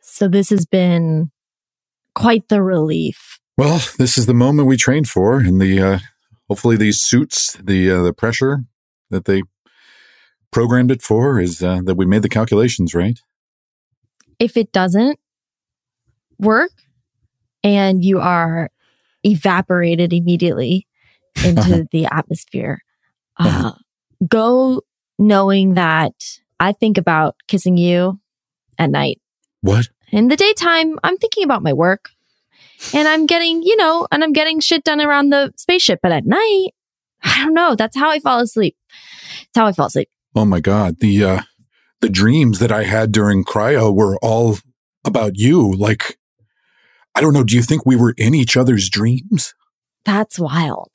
S10: so this has been quite the relief
S5: Well, this is the moment we trained for, and the uh, hopefully these suits the uh, the pressure that they programmed it for is uh, that we made the calculations right.
S10: If it doesn't work and you are evaporated immediately into the atmosphere, uh, go knowing that I think about kissing you at night.
S5: What?
S10: In the daytime, I'm thinking about my work and I'm getting, you know, and I'm getting shit done around the spaceship. But at night, I don't know. That's how I fall asleep. That's how I fall asleep.
S5: Oh my god, the uh the dreams that I had during cryo were all about you. Like I don't know, do you think we were in each other's dreams?
S10: That's wild.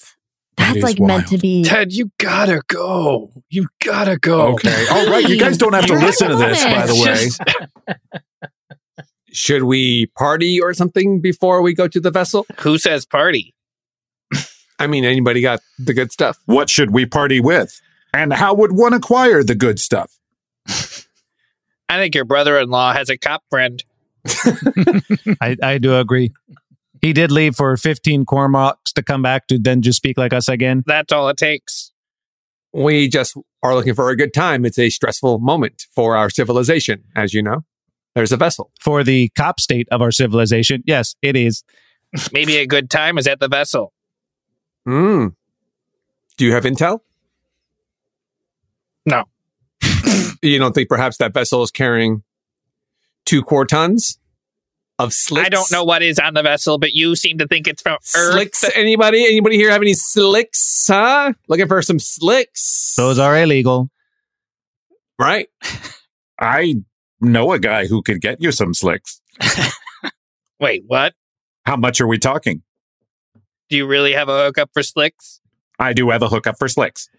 S5: That
S10: That's
S5: is
S10: like meant to be.
S8: Ted, you gotta go. You gotta go.
S5: Okay. All right, you guys don't have to
S10: You're
S5: listen to this, by the
S8: It's
S5: way.
S8: just-
S7: Should we party or something before we go to the vessel?
S8: who says party?
S7: I mean, anybody got the good stuff?
S5: What should we party with? And how would one acquire the good stuff?
S8: I think your brother-in-law has a cop friend.
S9: I, I do agree. He did leave for 15 Cormorants to come back to then just speak like us again.
S8: That's all it takes.
S7: We just are looking for a good time. It's a stressful moment for our civilization, as you know. There's a vessel.
S9: For the cop state of our civilization. Yes, it is.
S8: Maybe a good time is at the vessel.
S7: Hmm. Do you have intel?
S8: No.
S7: You don't think perhaps that vessel is carrying two core tons of slicks?
S8: I don't know what is on the vessel, but you seem to think it's from Earth.
S7: Slicks? Anybody? Anybody here have any slicks? Huh? Looking for some slicks?
S9: Those are illegal.
S7: right.
S5: I know a guy who could get you some slicks.
S8: Wait, what?
S5: How much are we talking?
S8: Do you really have a hookup for slicks?
S5: I do have a hookup for slicks.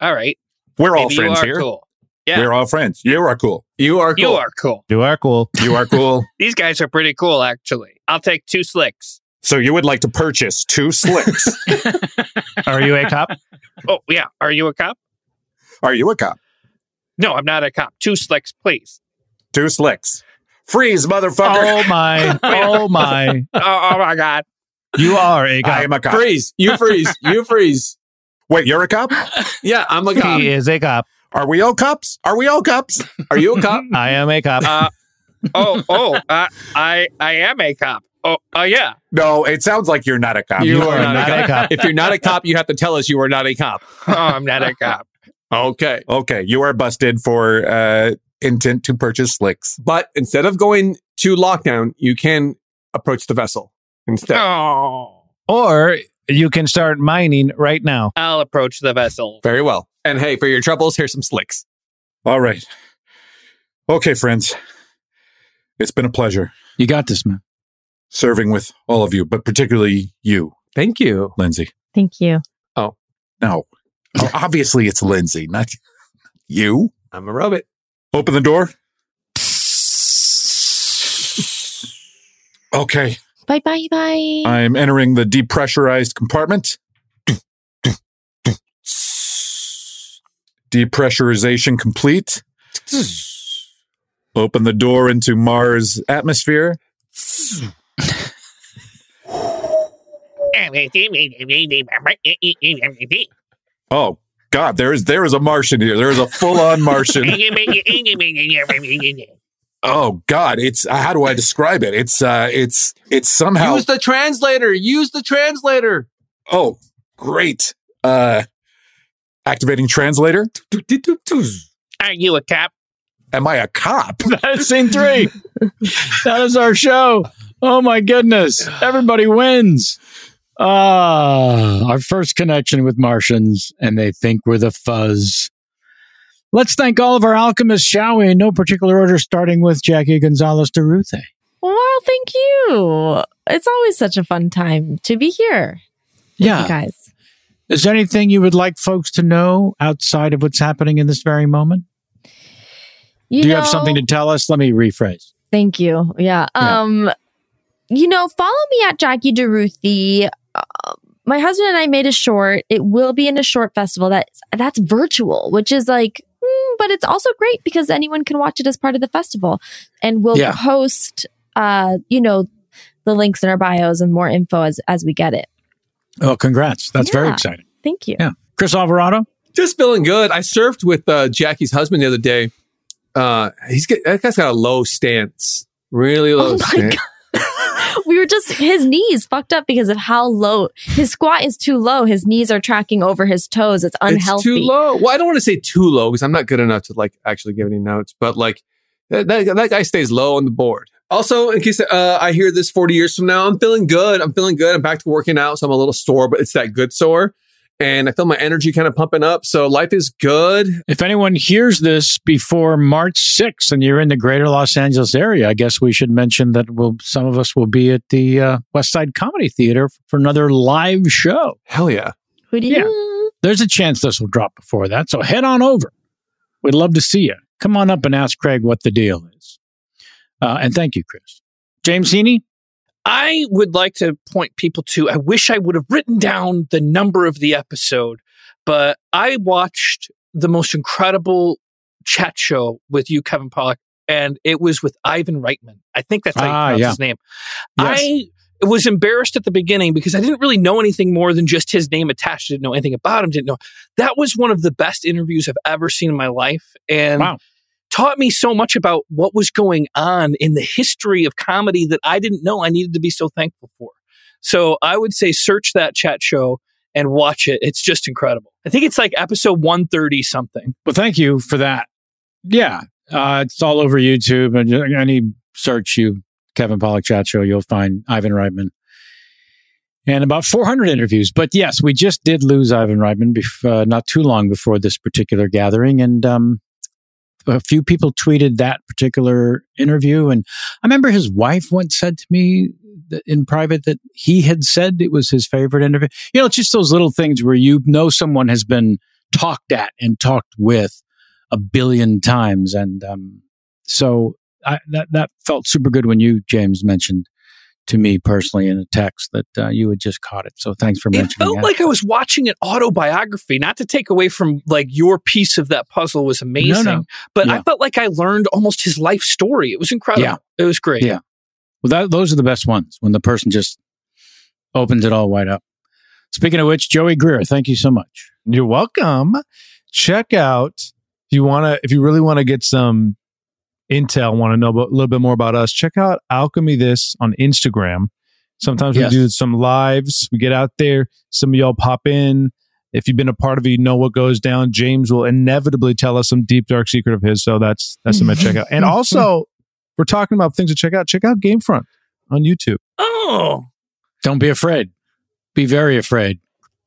S8: All right.
S5: We're all
S8: Maybe
S5: friends
S8: you are
S5: here.
S8: cool. Yeah.
S5: We're all friends. You are cool.
S7: You are. Cool.
S8: You are cool.
S9: You are cool.
S5: You are cool.
S8: These guys are pretty cool, actually. I'll take two slicks.
S5: so you would like to purchase two slicks.
S9: Are you a cop?
S8: Oh, yeah. Are you a cop?
S5: are you a cop?
S8: No, I'm not a cop. Two slicks, please.
S5: Two slicks. Freeze, motherfucker.
S9: Oh my. Oh my.
S8: Oh, oh my God.
S9: You are a
S5: I
S9: cop.
S5: am a cop.
S7: Freeze. You freeze. you freeze.
S5: Wait, you're a cop?
S7: Yeah, I'm a cop.
S9: He is a cop.
S5: Are we all cops? Are we all cops?
S7: Are you a cop?
S9: I am a cop.
S8: Uh, oh, oh, uh, I, I am a cop. Oh, oh yeah.
S5: No, it sounds like you're not a cop.
S7: You
S9: You are not a cop.
S7: if you're not a cop, you have to tell us you are not a cop.
S8: Oh, I'm not a cop.
S7: Okay.
S5: okay, you are busted for uh, intent to purchase slicks.
S7: But instead of going to lockdown, you can approach the vessel instead.
S8: Oh.
S9: Or you can start mining right now.
S8: I'll approach the vessel.
S7: Very well. And hey, for your troubles, here's some slicks.
S5: All right. Okay, friends. It's been a pleasure
S4: You got this, man.
S5: serving with all of you, but particularly you,
S7: Thank you.
S5: Lindsay.
S10: Thank you.
S5: No. Oh, obviously, it's Lindsay, not you.
S7: I'm a robot.
S5: Open the door. Okay.
S10: Bye bye bye.
S5: I'm entering the depressurized compartment. Depressurization complete. Open the door into Mars atmosphere. Oh God, there is there is a Martian here. There is a full on Martian. Oh God, it's how do I describe it? It's uh, it's it's somehow
S7: Use the translator. Use the translator.
S5: oh great. Uh, activating translator.
S8: Are you a cop?
S5: Am I a cop?
S4: That's scene three. that is our show. Oh my goodness. Everybody wins. Ah, our first connection with Martians, and they think we're the fuzz. Let's thank all of our alchemists, shall we? In no particular order, starting with Jackie Gonzalez Daruthe.
S10: Well, thank you. It's always such a fun time to be here, you
S4: Yeah.
S10: guys.
S4: Is there anything you would like folks to know outside of what's happening in this very moment?
S10: You
S4: Do you
S10: know,
S4: have something to tell us? Let me rephrase.
S10: Thank you. Yeah.
S4: Yeah.
S10: Um, you know, follow me at Jackie Deruthy. Uh, my husband and I made a short. It will be in a short festival that's that's virtual, which is like, mm, but it's also great because anyone can watch it as part of the festival, and we'll
S4: Yeah.
S10: post, uh, you know, the links in our bios and more info as as we get it.
S4: Oh, congrats. That's very
S10: Yeah.
S4: exciting.
S10: Thank you.
S4: Yeah. Chris Alvarado?
S7: Just feeling good. I surfed with uh, Jackie's husband the other day. Uh, he's get, that guy's got a low stance, really low
S10: Oh my
S7: stance.
S10: We were just his knees fucked up because of how low his squat is too low. His knees are tracking over his toes. It's unhealthy.
S7: It's too low. Well, I don't want to say too low because I'm not good enough to like actually give any notes, but like that, that, that guy stays low on the board. Also, in case uh, I hear this 40 years from now, I'm feeling good. I'm feeling good. I'm back to working out. So I'm a little sore, but it's that good sore. And I feel my energy kind of pumping up. So life is good.
S4: If anyone hears this before March 6th and you're in the greater Los Angeles area, I guess we should mention that we'll, some of us will be at the uh, West Side Comedy Theater for another live show.
S7: Hell yeah.
S10: Who do you?
S4: There's a chance this will drop before that. So head on over. We'd love to see you. Come on up and ask Craig what the deal is. Uh, and thank you, Chris. James Heaney?
S8: I would like to point people to, I wish I would have written down the number of the episode, but I watched the most incredible chat show with you, Kevin Pollak, and it was with Ivan Reitman. I think that's how you
S4: Ah,
S8: pronounce
S4: yeah.
S8: his name.
S4: Yes.
S8: I was embarrassed at the beginning because I didn't really know anything more than just his name attached. didn't know anything about him. Didn't know. That was one of the best interviews I've ever seen in my life. And
S4: Wow.
S8: taught me so much about what was going on in the history of comedy that I didn't know I needed to be so thankful for. So I would say search that chat show and watch it. It's just incredible. I think it's like episode 130 something.
S4: Well, thank you for that. Yeah, uh, it's all over YouTube and you- any search you Kevin Pollock chat show, you'll find Ivan Reitman and about 400 interviews. But yes, we just did lose Ivan Reitman bef- uh, not too long before this particular gathering, and um, a few people tweeted that particular interview. And I remember his wife once said to me that in private that he had said it was his favorite interview. You know, it's just those little things where you know someone has been talked at and talked with a billion times. And um, so I, that that felt super good when you, James, mentioned to me personally in a text that uh, you had just caught it. So thanks for
S8: It
S4: mentioning
S8: felt
S4: that.
S8: like I was watching an autobiography, not to take away from like your piece of that puzzle was amazing, but I
S4: Yeah.
S8: felt like I learned almost his life story. It was incredible.
S4: Yeah.
S8: It was great.
S4: Yeah. Well, that, those are the best ones when the person just opens it all wide up. Speaking of which, Joey Greer, thank you so much.
S9: You're welcome. Check out if you want to if you really want to get some intel, want to know a little bit more about us. Check out Alchemy This on Instagram. Sometimes
S4: Yes.
S9: we do some lives. We get out there. Some of y'all pop in. If you've been a part of it, you know what goes down. James will inevitably tell us some deep dark secret of his. So that's that's something to check out. And also, we're talking about things to check out. Check out Gamefront on YouTube.
S8: Oh,
S4: Don't be afraid. Be very afraid.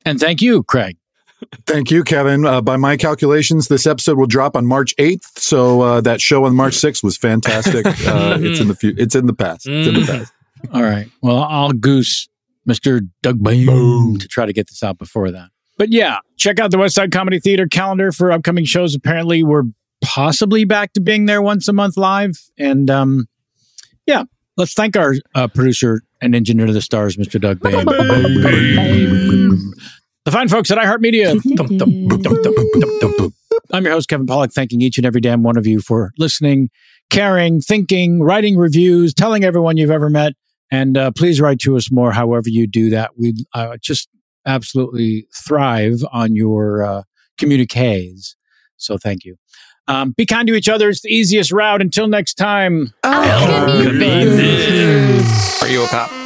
S4: And thank you, Craig.
S5: Thank you, Kevin. Uh, by my calculations, this episode will drop on March 8th. So uh, that show on March 6th was fantastic. Uh, it's in the fu- it's in the past. It's in the past.
S4: All right. Well, I'll goose Mr. Doug Boom, to try to get this out before that. But yeah, check out the West Side Comedy Theater calendar for upcoming shows. Apparently, we're possibly back to being there once a month live. And um, yeah, let's thank our uh, producer and engineer to the stars, Mr. Doug Boom. The fine folks at iHeartMedia. Thump, thump, thump, thump, thump, thump, thump, thump. I'm your host, Kevin Pollock, thanking each and every damn one of you for listening, caring, thinking, writing reviews, telling everyone you've ever met. And uh, please write to us more, however you do that. We uh, just absolutely thrive on your uh, communiques. So thank you. Um, be kind to each other. It's the easiest route. Until next time.
S10: Alchemy
S7: Are you a cop?